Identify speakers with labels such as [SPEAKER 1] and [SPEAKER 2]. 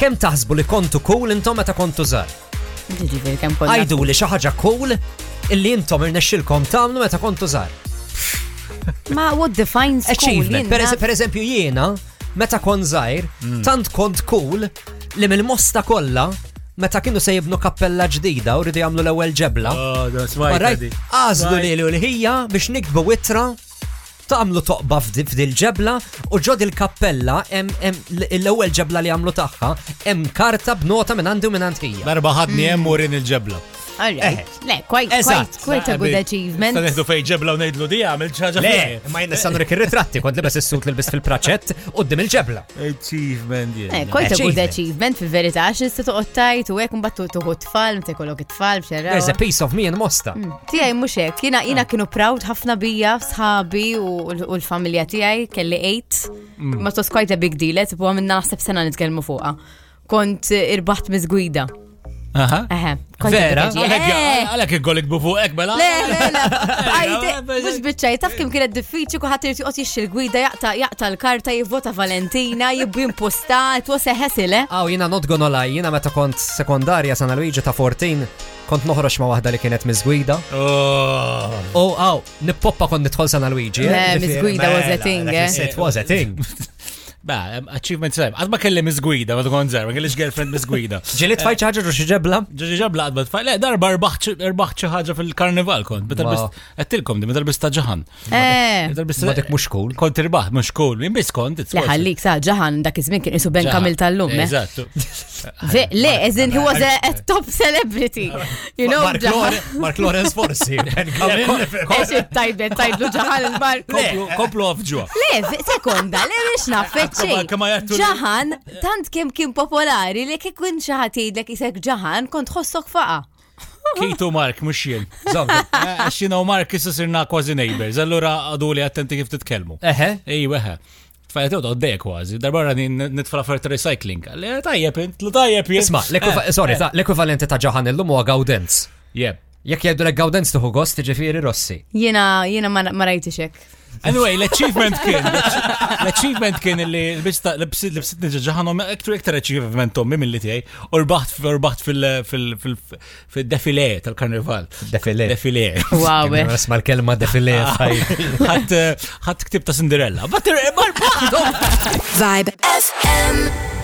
[SPEAKER 1] Kem taħsbu li kontu cool intom meta kontu zar?
[SPEAKER 2] Ġiġifieri kemm kollha.
[SPEAKER 1] Għajdu li xi ħaġa cool illi intom irnexxilkom tagħmlu meta kontu zar.
[SPEAKER 2] Ma what defines cool?
[SPEAKER 1] Achievement. Per,
[SPEAKER 2] jien
[SPEAKER 1] per eżempju jiena, meta kon zaħir, tant kont cool li mill-mosta kollha meta kienu se jibnu kappella ġdida u rridu jagħmlu l-ewwel ġebla.
[SPEAKER 3] Oh, da smajta
[SPEAKER 1] Marraj,
[SPEAKER 3] di.
[SPEAKER 1] għażlu
[SPEAKER 3] Smajt.
[SPEAKER 1] li li ħija biex nikbu witra tagħmlu toqba f'di- f'dil ġebla u ġod il-kappella hemm- hemm l- l-ewwel ġebla li għamlu tagħha hemm karta b'nota minn għandi u minn għand ħija.
[SPEAKER 3] Darba ħadni
[SPEAKER 1] Hmm.
[SPEAKER 3] hemm urin il-ġebla.
[SPEAKER 2] na- Alright. Le, quite, quite,
[SPEAKER 1] Eh. Eżatt.
[SPEAKER 2] quite a good
[SPEAKER 3] Sabi,
[SPEAKER 2] achievement.
[SPEAKER 3] Sta neħdu fej ġebla u ngħidlu di għamil ċaġa.
[SPEAKER 1] Le, ma jinnistannu rik ir-ritratti kont libes is-sut li lbis fil-praċett u dim il-ġebla.
[SPEAKER 3] Achievement
[SPEAKER 2] Eh,
[SPEAKER 3] jien.
[SPEAKER 2] quite a good
[SPEAKER 1] Achievement.
[SPEAKER 2] achievement fil verità għax nista toqgħod tajt u hekk imbagħad tuħu tfal, meta jkollok tfal
[SPEAKER 1] There's a
[SPEAKER 2] b'xerra.
[SPEAKER 1] piece of me in mosta.
[SPEAKER 2] Tiegħi mhux hekk, jiena jiena kienu proud ħafna bija sħabi u u l-familja tiegħi kelli eight.
[SPEAKER 1] Mm.
[SPEAKER 2] Ma tos quite a big deal, tipu għamilna naħseb sena nitkellmu fuqha. Kont eh, irbaħt miżgwida.
[SPEAKER 3] Aha.
[SPEAKER 2] Eħe, kont
[SPEAKER 1] Vera?
[SPEAKER 2] dik achieve-
[SPEAKER 3] Għalek
[SPEAKER 2] Eh,
[SPEAKER 3] għalek il-golik bufu ekbel.
[SPEAKER 2] Le,
[SPEAKER 1] Ah,
[SPEAKER 2] le, le,
[SPEAKER 3] Eh,
[SPEAKER 2] bajdi,
[SPEAKER 3] eh,
[SPEAKER 2] mux bieċaj, taf kim kienet diffiċi kuħat irti qot jixxi l-gwida, jaqta, jaqta l-karta, jivvota Valentina, jibbu imposta, twose ħesile.
[SPEAKER 1] Aw, jina not gonna lie, jina meta kont sekundarja San Luigi ta' 14, kont noħroġ ma' waħda li kienet mizgwida.
[SPEAKER 3] Oh.
[SPEAKER 1] U aw, nippoppa kont nidħol San Luigi. eh? Mela,
[SPEAKER 2] Le, mizgwida was a thing, eh.
[SPEAKER 1] It was a thing.
[SPEAKER 3] Ba, em, achievement sajm. Għadma kelli mizgwida, ma tkun zar, ma kellix girlfriend mizgwida.
[SPEAKER 1] Ġilit fajt ċaġa ġu xieġebla?
[SPEAKER 3] Ġiġi ġabla għadma tfaj, le, darba rbaħċi ħagġa fil-karnival kont. Meta
[SPEAKER 1] Wow.
[SPEAKER 3] l-bist, għattilkom di, meta l-bist taġahan.
[SPEAKER 2] Eh,
[SPEAKER 1] Ma dik mux cool.
[SPEAKER 3] Kont irbaħ, mux kull, minn bis kont. it's
[SPEAKER 2] le,
[SPEAKER 3] worth it.
[SPEAKER 2] ħallik, sa, ġahan, dak izmin kien isu Ben
[SPEAKER 3] Ġaħan.
[SPEAKER 2] Kamil tal-lum,
[SPEAKER 3] Eh,
[SPEAKER 2] eh.
[SPEAKER 3] Eżattu.
[SPEAKER 2] Ve- Le, eżin, he was a a top celebrity. You know,
[SPEAKER 1] Mark
[SPEAKER 2] ġahan.
[SPEAKER 1] Lawrence- Mark Lawrence forsi. Ben Kamil.
[SPEAKER 2] Eċi tajbet, Eh, tajblu ġahan il-barku.
[SPEAKER 3] Komplu- Komplu għafġuwa.
[SPEAKER 2] Le, ve- sekonda, le rix
[SPEAKER 3] Kama-
[SPEAKER 2] naffeċċej.
[SPEAKER 3] kama jattu li-
[SPEAKER 2] Ġahan, tant kem kien popolari li kik kun ċaħat jidlek jisek ġahan, kont xossok faqa.
[SPEAKER 3] Kito Mark, mux jien.
[SPEAKER 1] Zom.
[SPEAKER 3] Għaxina u Mark jissu sirna quasi neighbors, allura għadu li attenti kif titkelmu.
[SPEAKER 1] Eħe,
[SPEAKER 3] Ej, weħe. Tfajt u d-dek kważi, darbarra nitfla fert recycling. Le, tajjeb, intlu tajjeb, jien.
[SPEAKER 1] isma, l-ekwiva- sorry, ta- l-ekwivalenti ta' ġaħan il-lum huwa Gaudenz.
[SPEAKER 3] Jeb.
[SPEAKER 1] Jek jgħidu l Gaudenz tuħu gost, ġifiri Rossi.
[SPEAKER 2] Jena, jena ma ma rajtix hekk.
[SPEAKER 3] Anyway, l-achievement kien. L-achievement kien li l-bista l-bsit nġaħanom ektar ektar achievement tommi mill-li tijaj. Urbaħt urbaħt fil-defile tal-karnival.
[SPEAKER 1] Defilé.
[SPEAKER 3] Defile.
[SPEAKER 2] Wow, eh.
[SPEAKER 1] Nisma l-kelma defilé. fajt.
[SPEAKER 3] ħat ktib ta' Cinderella. But
[SPEAKER 4] Vibe FM.